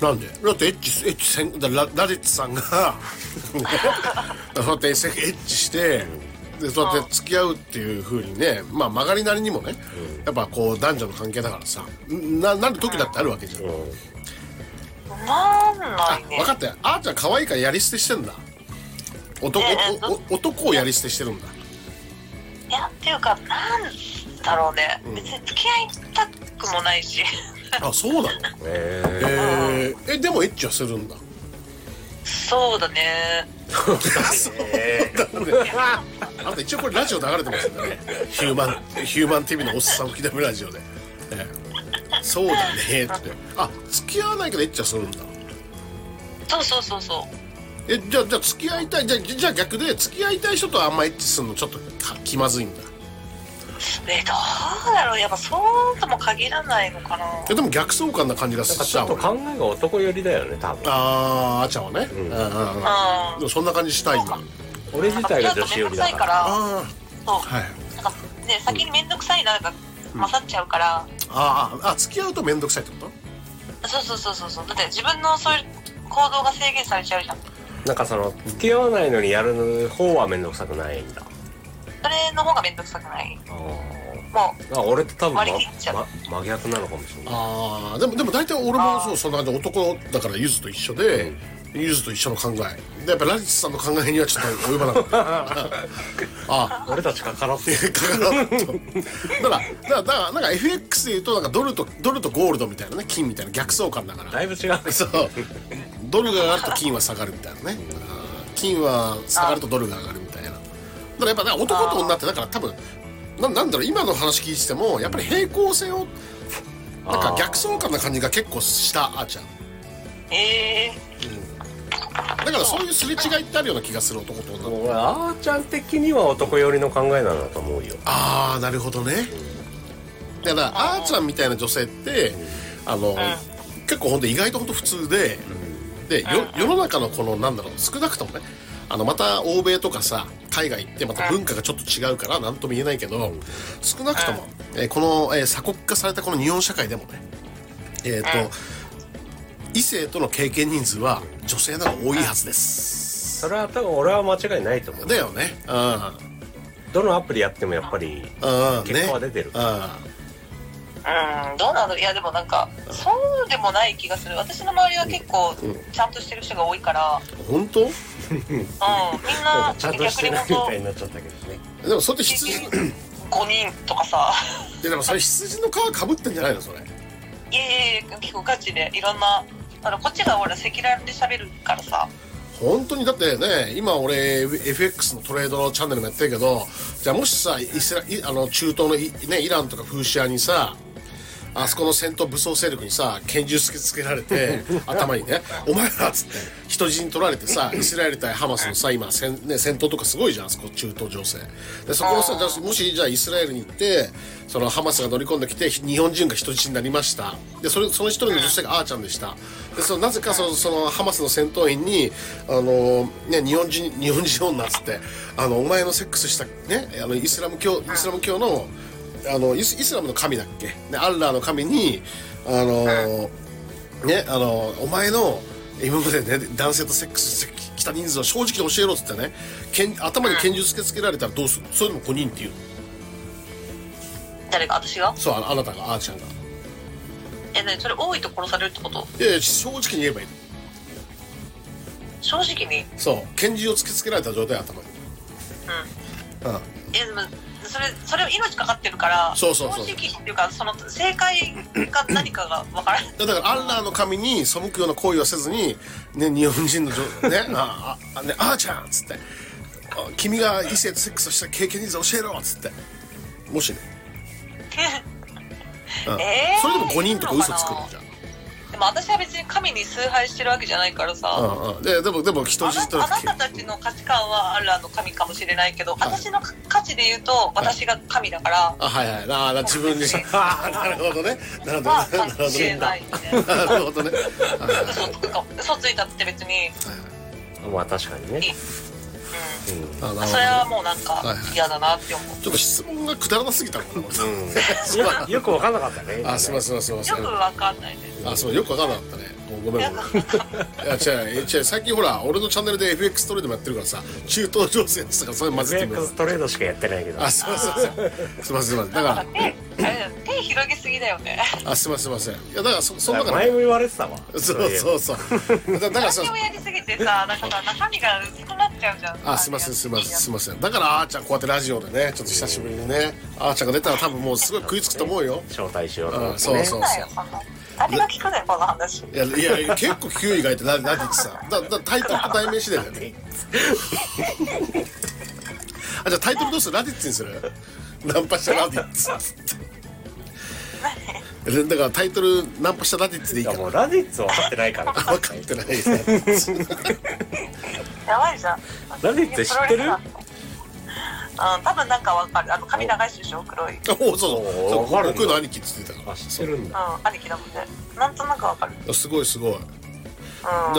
[SPEAKER 1] なんでだってエッチエッチせんだララディッツさんがそうやってエッチしてでそうやって付き合うっていう風にねまあ曲がりなりにもねやっぱこう男女の関係だからさななる時だってあるわけじゃん、
[SPEAKER 2] うん
[SPEAKER 3] なんな
[SPEAKER 1] あ
[SPEAKER 3] いね
[SPEAKER 1] 分かったよあーちゃん可愛いからやり捨てしてんだ男
[SPEAKER 3] ええ
[SPEAKER 1] おお男をやり捨てしてるんだ
[SPEAKER 3] いやっていうかなんだろうね、別に付き合いたくもないし
[SPEAKER 1] あそうなの
[SPEAKER 2] え
[SPEAKER 1] え
[SPEAKER 2] ー、
[SPEAKER 1] ー、えでもエッチはするんだ
[SPEAKER 3] そうだね
[SPEAKER 1] あと一応これラジオ流れてますんでねヒューマンヒューマン TV のおっさん吹きだめラジオで、ええそうだねってあ付き合わないけどエッチはするんだ
[SPEAKER 3] そうそうそうそう
[SPEAKER 1] えじゃあじゃあ付き合いたいじゃあじゃあ逆で付き合いたい人とあんまエッチするのちょっとか気まずいんだ
[SPEAKER 3] えどうだろうやっぱそうとも限らないのかな
[SPEAKER 1] えでも逆相関な感じが
[SPEAKER 2] なんか
[SPEAKER 1] し
[SPEAKER 2] ち
[SPEAKER 1] ちゃ
[SPEAKER 2] ょ
[SPEAKER 1] う
[SPEAKER 2] っと
[SPEAKER 1] 俺あ
[SPEAKER 2] 考えが男寄りだよね多分
[SPEAKER 1] あーあちゃんはね、うんうんうん
[SPEAKER 3] うん
[SPEAKER 1] でもそんな感じしたいんだ
[SPEAKER 2] 俺自体が女子寄りだ
[SPEAKER 3] ちょ
[SPEAKER 2] か
[SPEAKER 3] っと面倒くさいからら
[SPEAKER 1] あ
[SPEAKER 3] そう
[SPEAKER 1] あはい
[SPEAKER 3] なんかね先に面倒くさいななんか勝っちゃうから、
[SPEAKER 1] あーあ付き合うと面倒くさいってこと
[SPEAKER 3] そうそうそうそうそうだって自分のそういう行動が制限されちゃうじゃん
[SPEAKER 2] なんかその付き合わないのにやる方は面倒くさくないんだ
[SPEAKER 3] それの方が面倒くさくない
[SPEAKER 2] あー
[SPEAKER 3] も
[SPEAKER 2] あ俺と多分、ま
[SPEAKER 3] 割り切っちゃう
[SPEAKER 2] ま真逆なのかもしれない
[SPEAKER 1] ああでもでも大体俺もそうそんな感じで男だからゆずと一緒で、ゆずと一緒の考えでやっぱラジスさんの考えにはちょっと及ばなかったあ
[SPEAKER 2] 俺たちかからって
[SPEAKER 1] かからんとだからだからだからなんか FX で言うとなんかドルとドルとゴールドみたいなね金みたいな逆相関だから
[SPEAKER 2] だいぶ違う
[SPEAKER 1] そうドルが上がると金は下がるみたいなねあー金は下がるとドルが上がるみたいなだからやっぱね男と女ってだから多分ななんだろう今の話聞いててもやっぱり平行線をなんか逆相関な感じが結構したあーちゃん
[SPEAKER 3] うええ
[SPEAKER 1] だからそういうすれ違いってあるような気がする男と女の
[SPEAKER 2] 俺あーちゃん的には男寄りの考えなんだと思うよ
[SPEAKER 1] ああなるほどねだからあーちゃんみたいな女性ってあの、結構ほんと意外とほんと普通で、でよ世の中のこのなんだろう少なくともねあのまた欧米とかさ海外行ってまた文化がちょっと違うから何とも言えないけど少なくとも、えーこの、えー鎖国化されたこの日本社会でもねえっ、と、異性との経験人数は女性の方が多いはずです。
[SPEAKER 2] それは多分俺は間違いないと思う
[SPEAKER 1] だよね。うん。
[SPEAKER 2] どのアプリやってもやっぱり
[SPEAKER 1] うん
[SPEAKER 2] 結果は出てる
[SPEAKER 1] ねうん
[SPEAKER 3] うんどうなのいやでもなんかそうでもない気がする私の周りは結構ちゃんとしてる人が多いから、う
[SPEAKER 1] 本
[SPEAKER 3] ん、
[SPEAKER 1] 当
[SPEAKER 3] みん
[SPEAKER 2] な
[SPEAKER 3] な
[SPEAKER 2] か
[SPEAKER 3] ん
[SPEAKER 2] ちゃんとし
[SPEAKER 3] 逆
[SPEAKER 2] て
[SPEAKER 3] に
[SPEAKER 2] ない
[SPEAKER 3] 本
[SPEAKER 2] み
[SPEAKER 3] 当
[SPEAKER 2] たいになっちゃったけどね
[SPEAKER 1] でもそれって
[SPEAKER 3] 結
[SPEAKER 1] 羊い
[SPEAKER 3] 局5人とかさ
[SPEAKER 1] やでもそれ羊の皮かぶってんじゃないのそれ
[SPEAKER 3] いやいやいや結構ガチでいろんなあのこっちがほら赤裸々で喋るからさ
[SPEAKER 1] 本当にだってね今俺 FX のトレードのチャンネルもやってるけどじゃあもしさイスライあの中東のイ,、ね、イランとかフーシアにさあそこの戦闘武装勢力にさ拳銃突きつけられて頭にね「お前ら」っつって人質に取られてさイスラエル対ハマスのさ今戦,、ね、戦闘とかすごいじゃんあそこ中東情勢でそこのさじゃあもしじゃあイスラエルに行ってそのハマスが乗り込んできて日本人が人質になりましたでそれその一人の女性があーちゃんでしたでそのなぜかそのそのハマスの戦闘員にあの、ね、日本人日本人女っつってあのお前のセックスした、ね、あのイスラム教イスラム教のあのイスイスラムの神だっけ、ね、アッラーの神にあのーねあのーお前の今までね男性とセックスしてきた人数を正直に教えろっつってねけん頭に拳銃つけつけられたらどうするそれでも5人っていう
[SPEAKER 3] 誰が私が
[SPEAKER 1] そうああなたがあーちゃんが
[SPEAKER 3] え何それ多いと殺されるってこと
[SPEAKER 1] いやいや正直に言えばいい
[SPEAKER 3] 正直に
[SPEAKER 1] そう拳銃を突きつけられた状態頭にうん、
[SPEAKER 3] えでもそれそれ命かかってるから
[SPEAKER 1] そうそうそう
[SPEAKER 3] 正直っていうかその正解が何かが分からない
[SPEAKER 1] だからアンラーの神に背くような行為はせずに、ね、日本人の女 ねあああ、ね、あーちゃんっつってあ君が異性とセックスをした経験について教えろっつってもしね、うん
[SPEAKER 3] えー
[SPEAKER 1] それでも5人とか嘘つくのじゃん
[SPEAKER 3] でも私は別に神に崇拝してるわけじゃないからさ、
[SPEAKER 1] うんうん、ででもでも人
[SPEAKER 3] あ
[SPEAKER 1] 質と
[SPEAKER 3] なあなたたちの価値観はアッラーの神かもしれないけど、私の価値で言うと私が神だから、
[SPEAKER 1] あはいはいああ自分に あなるほどねなるほど
[SPEAKER 3] まあ
[SPEAKER 1] なるほど
[SPEAKER 3] 関係
[SPEAKER 1] ね
[SPEAKER 3] ないね
[SPEAKER 1] なるほどねはいはい
[SPEAKER 3] 嘘つくかも嘘ついたって別に、
[SPEAKER 2] まあ確かにね
[SPEAKER 1] あなるほどね
[SPEAKER 3] それはもうなんか
[SPEAKER 1] はいはい
[SPEAKER 3] 嫌だなって思う、
[SPEAKER 1] ちょっと質問がくだらなすぎたもん、ね、
[SPEAKER 2] うんよく分かんなかったね
[SPEAKER 1] あすいませんすいません
[SPEAKER 3] よくわかんないね
[SPEAKER 1] あそうよくわからなかったねごめんごめんいや違う違う最近ほら俺のチャンネルで FX トレードもやってるからさ中東情勢とかそれ混ぜてみる
[SPEAKER 2] FX トレードしかやってないけど
[SPEAKER 1] あすいませんすいませんすいませんだ から
[SPEAKER 3] 手あれだよ手広げすぎだよね
[SPEAKER 1] あすいませんすいませんいやだからそその中
[SPEAKER 2] 前
[SPEAKER 1] で
[SPEAKER 2] も言われてたわ
[SPEAKER 1] そうそうそうだだからそ
[SPEAKER 3] 何でもやりすぎてさなんかさ中身が薄くなっちゃうじゃん
[SPEAKER 1] あすいませんすいませんすいませんだからあーちゃんこうやってラジオでねちょっと久しぶりにねあーちゃんが出たら多分もうすごい食いつくと思うよ
[SPEAKER 2] 招待しようと思って、ね、
[SPEAKER 1] そうそう
[SPEAKER 3] だよそんな誰が聞くねんこの話
[SPEAKER 1] いやいや結構9位がいてななでちさんだだタイトルと題名次第だよねあじゃあタイトルどうするラディッツにするナンパしたラディッツえだからタイトルナンパしたラディッツでいい
[SPEAKER 2] いや
[SPEAKER 1] かな
[SPEAKER 2] もうラディッツ分かってないから
[SPEAKER 1] 分かってないね
[SPEAKER 3] やばいじゃん
[SPEAKER 2] ラディッツ知ってる
[SPEAKER 3] うん多分なんかわかるあの髪長い人でしょ黒いうん
[SPEAKER 1] おおそうそうそう
[SPEAKER 2] わかるんだ
[SPEAKER 1] 僕の兄貴っつってたか
[SPEAKER 2] あ知ってるんだ
[SPEAKER 3] 兄貴だもんねなんとなくわかる
[SPEAKER 1] らすごいすごい
[SPEAKER 3] うん
[SPEAKER 1] じ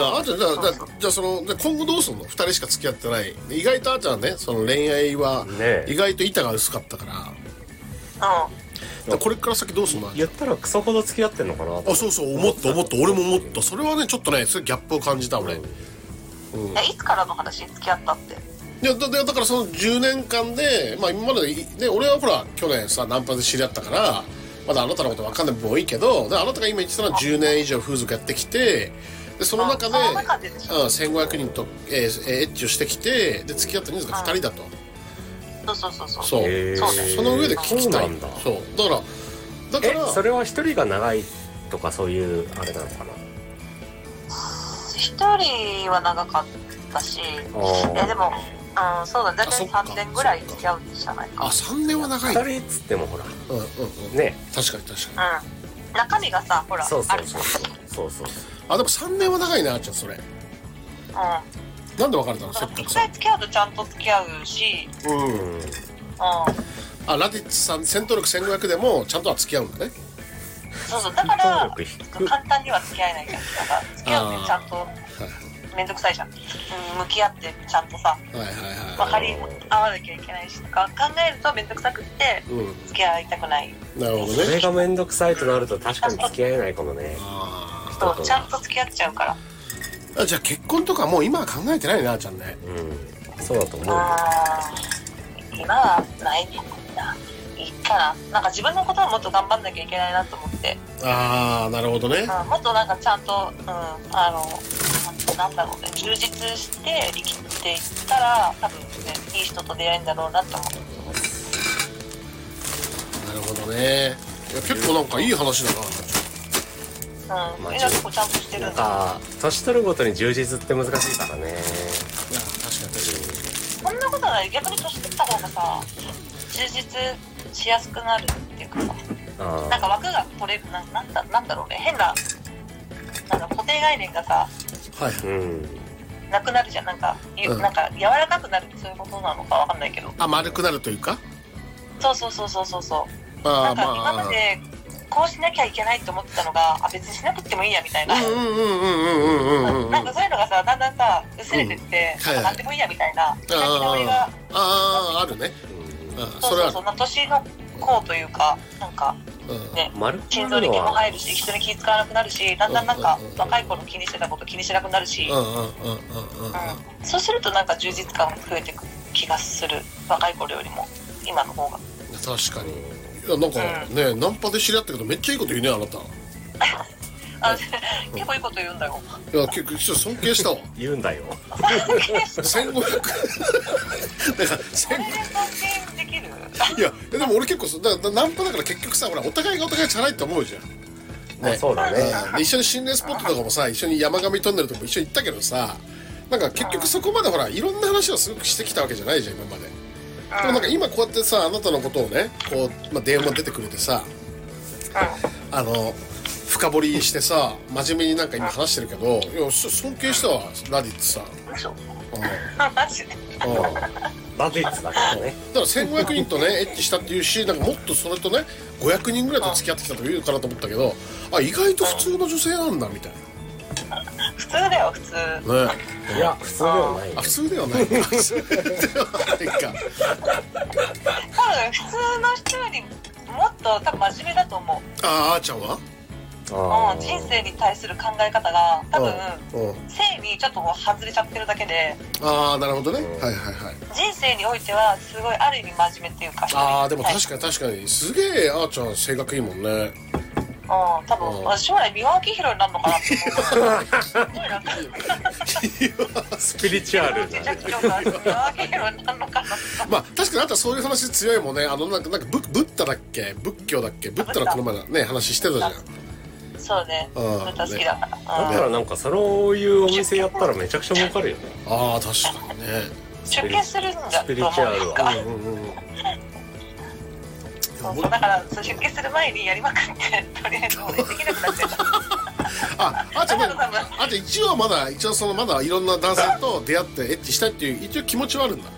[SPEAKER 1] ゃああーちゃんじゃあじゃあ
[SPEAKER 3] そう
[SPEAKER 1] じゃあそのじゃあ今後どうすんの2人しか付き合ってないで意外とあーちゃんはねその恋愛は
[SPEAKER 2] ねえ
[SPEAKER 1] 意外と板が薄かったから,、
[SPEAKER 3] う
[SPEAKER 1] これから先どうすんの
[SPEAKER 2] 言ったらクソほど付き合ってんのかな
[SPEAKER 1] あそうそう思った思った俺も思ったそれはねちょっとねそれギャップを感じた俺、い
[SPEAKER 3] んえいつからの話付き合ったって
[SPEAKER 1] やだだだからその10年間でまあ今までいね俺はほら去年さナンパで知り合ったからまだあなたのこと分かんない部分多いけどであなたが今言ってたのは10年以上風俗やってきてでその中で
[SPEAKER 3] あその中ででしょ
[SPEAKER 1] うん、1500人と、えーえーエッチをしてきてで付き合った人数が2人だと、
[SPEAKER 3] そうそうそうそう
[SPEAKER 1] そう
[SPEAKER 2] へー
[SPEAKER 1] そうねその上で聞きたい
[SPEAKER 2] そうなんだ
[SPEAKER 1] そうだからだか
[SPEAKER 2] え
[SPEAKER 1] ら
[SPEAKER 2] それは一人が長いとかそういうあれなのかな
[SPEAKER 3] 一人は長かったし
[SPEAKER 2] あー
[SPEAKER 3] えでもうんそうだ大
[SPEAKER 1] あそ
[SPEAKER 3] 体
[SPEAKER 1] っか
[SPEAKER 3] 3年ぐらい付き合うんじゃないか
[SPEAKER 1] あ3年は長い
[SPEAKER 2] 二人っつってもほら
[SPEAKER 1] うんうんうん
[SPEAKER 2] ね
[SPEAKER 1] 確かに確かに
[SPEAKER 3] うん中身がさほら
[SPEAKER 2] そう
[SPEAKER 3] あ
[SPEAKER 2] そう
[SPEAKER 3] るじ
[SPEAKER 2] そ
[SPEAKER 3] ゃ
[SPEAKER 2] うんそうそうそう
[SPEAKER 1] あでも3年は長いなあーちゃんそれ
[SPEAKER 3] う
[SPEAKER 1] なんで別れたの
[SPEAKER 3] ん
[SPEAKER 1] せ
[SPEAKER 3] だ
[SPEAKER 1] っか
[SPEAKER 3] から
[SPEAKER 1] く
[SPEAKER 3] 一
[SPEAKER 1] さ
[SPEAKER 3] 回付き合うとちゃんと付き合うし
[SPEAKER 1] うん
[SPEAKER 2] うん
[SPEAKER 3] うん
[SPEAKER 1] あラディッツさん戦闘力1500でもちゃんとは付き合うんだね
[SPEAKER 3] そうそうだか
[SPEAKER 2] 戦
[SPEAKER 3] ら
[SPEAKER 2] 闘力低い
[SPEAKER 3] 簡単には付き合えないじゃんだから付き合うってちゃんと面倒くさいじゃん、うん、向き合ってちゃんとさ
[SPEAKER 1] はいはいは
[SPEAKER 3] 分かり合わなきゃいけないしとか考えると面倒くさくって
[SPEAKER 1] いうん
[SPEAKER 3] 付き合いたくない
[SPEAKER 1] なるほど
[SPEAKER 2] それ
[SPEAKER 1] ね
[SPEAKER 2] が面倒くさいとなると確かに付き合えないかもね
[SPEAKER 1] あ
[SPEAKER 2] そう
[SPEAKER 3] そうちゃんと付き合っちゃうから
[SPEAKER 1] ーあじゃあ結婚とかもう今は考えてないねあーちゃんね
[SPEAKER 2] うんそうだと思う
[SPEAKER 3] あー今はないねいいかななんか自分のことをもっと頑張んなきゃいけないなと思って、
[SPEAKER 1] ああなるほどね
[SPEAKER 3] うん、もっとなんかちゃんと、うん、あのなんだろうね充実して生きていったら多分ねいい人と出会えるんだろうなと思って。
[SPEAKER 1] なるほどねいや結構なんかいい話だな
[SPEAKER 3] うん、
[SPEAKER 2] まあ
[SPEAKER 3] え、なんかこうちゃんとしてる
[SPEAKER 2] なん
[SPEAKER 3] んだ。
[SPEAKER 2] か年取るごとに充実って難しいからね
[SPEAKER 1] いや確かに確かに
[SPEAKER 3] そんなことない、逆に年取った方がさ、充実しやすくなるっていうかさ、
[SPEAKER 2] あ
[SPEAKER 3] なんか枠が取れる、ななんだ、なんだろうね、変な。なんか固定概念がさ、
[SPEAKER 1] はい
[SPEAKER 2] ーうん
[SPEAKER 3] なくなるじゃん、なんか、ゆ
[SPEAKER 1] うん
[SPEAKER 3] なんか柔らかくなるってそういうことなのかわかんないけど。
[SPEAKER 1] あ丸くなるというか
[SPEAKER 3] そうそうそうそうそうそう、な
[SPEAKER 1] あ
[SPEAKER 3] ん
[SPEAKER 1] ー
[SPEAKER 3] か今まで。こうしなきゃいけないと思ってたのが、あ、別にしなくてもいいやみたいな。
[SPEAKER 1] うんうんうんうんうんうんうんうん
[SPEAKER 3] な
[SPEAKER 1] あ
[SPEAKER 3] んかそういうのがさ、だんだんさ、薄れてって、
[SPEAKER 1] うんはいはい
[SPEAKER 3] なんでもいいやみたいな。開き直りが
[SPEAKER 1] ああーあるね
[SPEAKER 2] うん
[SPEAKER 1] あ
[SPEAKER 3] そ
[SPEAKER 1] そうれは
[SPEAKER 3] そうそう、まあ、年の子というか、なんか
[SPEAKER 1] うん
[SPEAKER 3] ね、
[SPEAKER 2] 丸く
[SPEAKER 3] 心
[SPEAKER 2] な
[SPEAKER 3] 臓
[SPEAKER 2] る
[SPEAKER 3] に
[SPEAKER 2] の
[SPEAKER 3] 気も
[SPEAKER 2] は
[SPEAKER 3] 入るし、人に気使わなくなるし、だんだんなんか
[SPEAKER 1] うんうんうん
[SPEAKER 3] 若い頃気にしてたこと気にしなくなるし、
[SPEAKER 1] うんうんうんうんうん
[SPEAKER 3] うん、そうするとなんか充実感が増えてく気がする、若い頃よりも、今の方が。
[SPEAKER 1] 確かにいやなんかねナンパで知り合ったけどめっちゃいいこと言うねあなたい
[SPEAKER 3] あ 結構いいこと言うんだよ。
[SPEAKER 1] や結構ちょっと尊敬したわ
[SPEAKER 2] 言うんだよ
[SPEAKER 1] 1500 だから
[SPEAKER 3] こ
[SPEAKER 1] 1500
[SPEAKER 3] れで尊敬できる
[SPEAKER 1] いやでも俺結構そうだからナンパだから結局さほらお互いがお互いチャラいって思うじゃん
[SPEAKER 2] まあそうだね
[SPEAKER 1] で一緒に心霊スポットとかもさ一緒に山上トンネルとかも一緒に行ったけどさなんか結局そこまでほらいろんな話をすごくしてきたわけじゃないじゃん今まででもなんか今こうやってさあなたのことをねこう、まあ、電話出てくれてさあの深掘りしてさ真面目になんか今話してるけどいやそ尊敬したわラディッツさん
[SPEAKER 3] うん。嘘。
[SPEAKER 1] う
[SPEAKER 3] マジで。
[SPEAKER 1] んうん
[SPEAKER 2] バディッツだからね
[SPEAKER 1] だから1500人とねエッチしたっていうしなんかもっとそれとね500人ぐらいと付き合ってきたというかなと思ったけどあ意外と普通の女性なんだみたい
[SPEAKER 3] 普通だよ普通。
[SPEAKER 1] なね
[SPEAKER 2] いや普通ではない
[SPEAKER 1] あ普通ではないか普通ではないか
[SPEAKER 3] 多分普通の人よりもっと多分真面目だと思う。
[SPEAKER 1] ああーちゃんは
[SPEAKER 2] あ
[SPEAKER 3] うん、
[SPEAKER 2] ー
[SPEAKER 3] 人生に対する考え方が多分
[SPEAKER 1] うんうん
[SPEAKER 3] 性にちょっとこう外れちゃってるだけで
[SPEAKER 1] ああなるほどねはいはいはい
[SPEAKER 3] 人生においてはすごいある意味真面目っていうか
[SPEAKER 1] ああでも確
[SPEAKER 3] か
[SPEAKER 1] かに確かにすげえあーちゃん性格いいもんね
[SPEAKER 3] に、はいうん、多分、
[SPEAKER 1] うん
[SPEAKER 3] 将来美輪明宏になるのかなって思うすごいなんか
[SPEAKER 2] スピリチュアル
[SPEAKER 3] め
[SPEAKER 2] な
[SPEAKER 3] ちゃくちゃ美輪明宏になるのかな
[SPEAKER 1] まあ確かにあなたそういう話強いもんねあのなんかなんかブブッダだっけ仏教だっけブッダのこの前のね話してたじゃん
[SPEAKER 3] そうね
[SPEAKER 1] うん
[SPEAKER 3] 歌好きだから、
[SPEAKER 2] だ
[SPEAKER 3] うん
[SPEAKER 2] からなんかそういうお店やったらめちゃくちゃ儲かるよね
[SPEAKER 1] ああ確かにね
[SPEAKER 3] 出家するんだ
[SPEAKER 2] ス
[SPEAKER 3] と
[SPEAKER 2] ピリ
[SPEAKER 3] 思う
[SPEAKER 2] チュアル
[SPEAKER 3] なん
[SPEAKER 2] は
[SPEAKER 3] か
[SPEAKER 1] うんうんうん
[SPEAKER 3] そうそうだからそう出家する前にやりまくってとりあえず俺できなくなっちゃった
[SPEAKER 1] あ、あとね、あと一応まだ、一応そのまだいろんな男性と出会ってエッチしたいっていう、一応気持ちはあるんだ。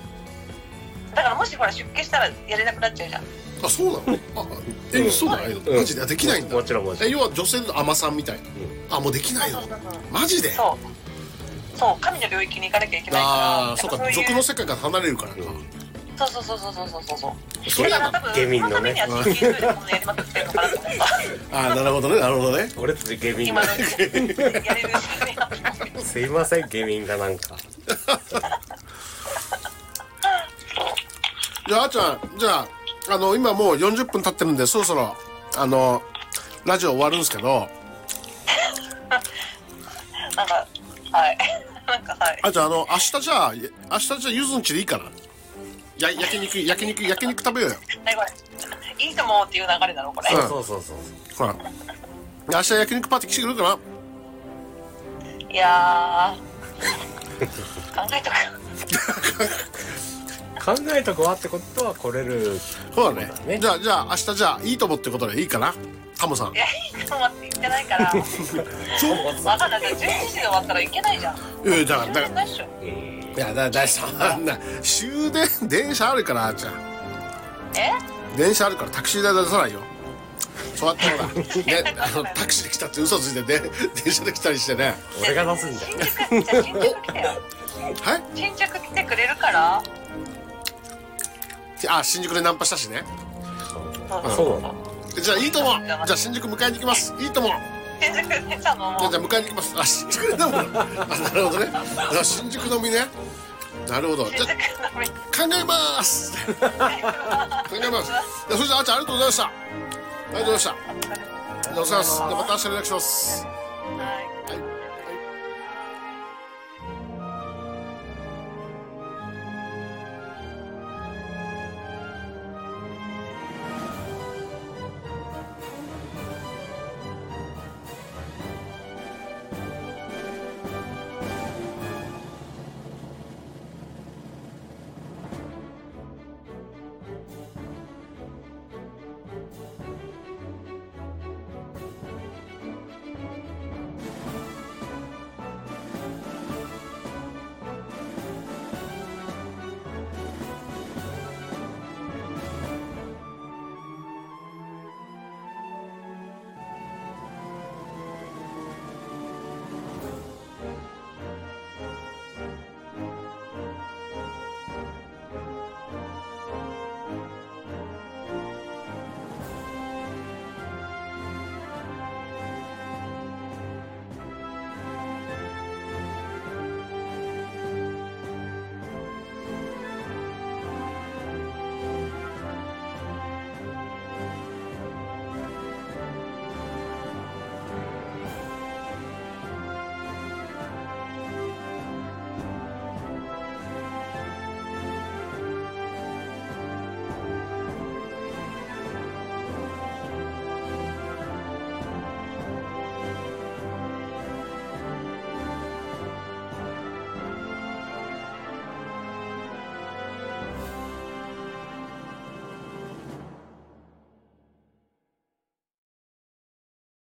[SPEAKER 3] だからもしほら出家したらやれなくなっちゃうじゃん
[SPEAKER 1] あ、そうなの。あ、え、そうなの。
[SPEAKER 2] うん
[SPEAKER 1] マジで、あできないんだ。
[SPEAKER 2] もちろんもちろん
[SPEAKER 1] え、要は女性の甘さんみたいな。あ、もうできないの
[SPEAKER 3] そうそうそうそう。
[SPEAKER 1] マジで。
[SPEAKER 3] そう。そう、神の領域に行かなきゃいけないから。
[SPEAKER 1] ああ、そう
[SPEAKER 3] な
[SPEAKER 1] か、
[SPEAKER 3] んい
[SPEAKER 1] 俗の世界から離れるからか。
[SPEAKER 3] そうそうそうそうそうそうそうそう。
[SPEAKER 1] それ
[SPEAKER 3] だ
[SPEAKER 1] な
[SPEAKER 3] から
[SPEAKER 1] の
[SPEAKER 3] 多分、
[SPEAKER 2] 下民
[SPEAKER 3] その
[SPEAKER 2] の
[SPEAKER 3] ために
[SPEAKER 2] ね
[SPEAKER 3] は CQ でこんなやりまくってるのかなと思った。
[SPEAKER 1] あー、なるほどね、なるほどね。
[SPEAKER 2] 俺たち下民
[SPEAKER 3] 今
[SPEAKER 2] が
[SPEAKER 3] のやれるしね。
[SPEAKER 2] すいません下民がなんか
[SPEAKER 1] じゃあ、あーちゃん、じゃあ、あの、今もう40分経ってるんで、そろそろ、あの、ラジオ終わるんですけど、
[SPEAKER 3] なんか、はい。なんか、はい。
[SPEAKER 1] あーちゃん、あの、明日じゃあ、明日じゃあ、ゆずんちでいいかなや、焼肉、焼肉、焼肉食べようよ。
[SPEAKER 3] 何これ。いいと思うっていう流れなのこれ。
[SPEAKER 1] うん
[SPEAKER 2] そうそうそう
[SPEAKER 1] ほら。明日焼肉パーティー来てくれるか
[SPEAKER 3] いやー。考えとく。
[SPEAKER 2] そう考えとこはってことは来れる
[SPEAKER 1] なそうだね。
[SPEAKER 2] ね
[SPEAKER 1] じゃあ、じゃあ明日じゃあいいと思ってことでいいかなタモさん
[SPEAKER 3] い。や、いいと思って言ってないから。わかんない。11時で終わったらいけないじゃん。
[SPEAKER 1] うん、だから、だ
[SPEAKER 3] 全然
[SPEAKER 1] か
[SPEAKER 3] ないっしょ。
[SPEAKER 1] ら、いや、だ、だ、そんな、終電、電車あるから、あーちゃん。
[SPEAKER 3] え
[SPEAKER 1] 電車あるからタクシー代出さないよ。そうやってほら、ね、あの、タクシーで来たって嘘ついてね、電車で来たりしてね。
[SPEAKER 2] 俺が出すんだよ
[SPEAKER 3] 新宿、じゃあ新宿来てよ。
[SPEAKER 1] はい
[SPEAKER 3] 新宿来てくれるから。
[SPEAKER 1] あ、新宿でナンパしたしね。
[SPEAKER 3] そう
[SPEAKER 2] そうな
[SPEAKER 1] じゃあいいとも。じゃあ新宿迎えに行きます。いいとも。
[SPEAKER 3] 新宿出ちゃうの
[SPEAKER 1] じゃ
[SPEAKER 3] も
[SPEAKER 1] あじゃあ迎えに行きます。あ、新宿で飲むの。あ、なるほどね。あ新宿飲みね。なるほど。じ
[SPEAKER 3] 新
[SPEAKER 1] ゃあ
[SPEAKER 3] 宿のみ
[SPEAKER 1] 考えます。考えます。いやそれじゃああーちゃんありがとうございました。ありがとうございました。じゃあお疲れ様です。じゃあまた明日連絡します。
[SPEAKER 3] はい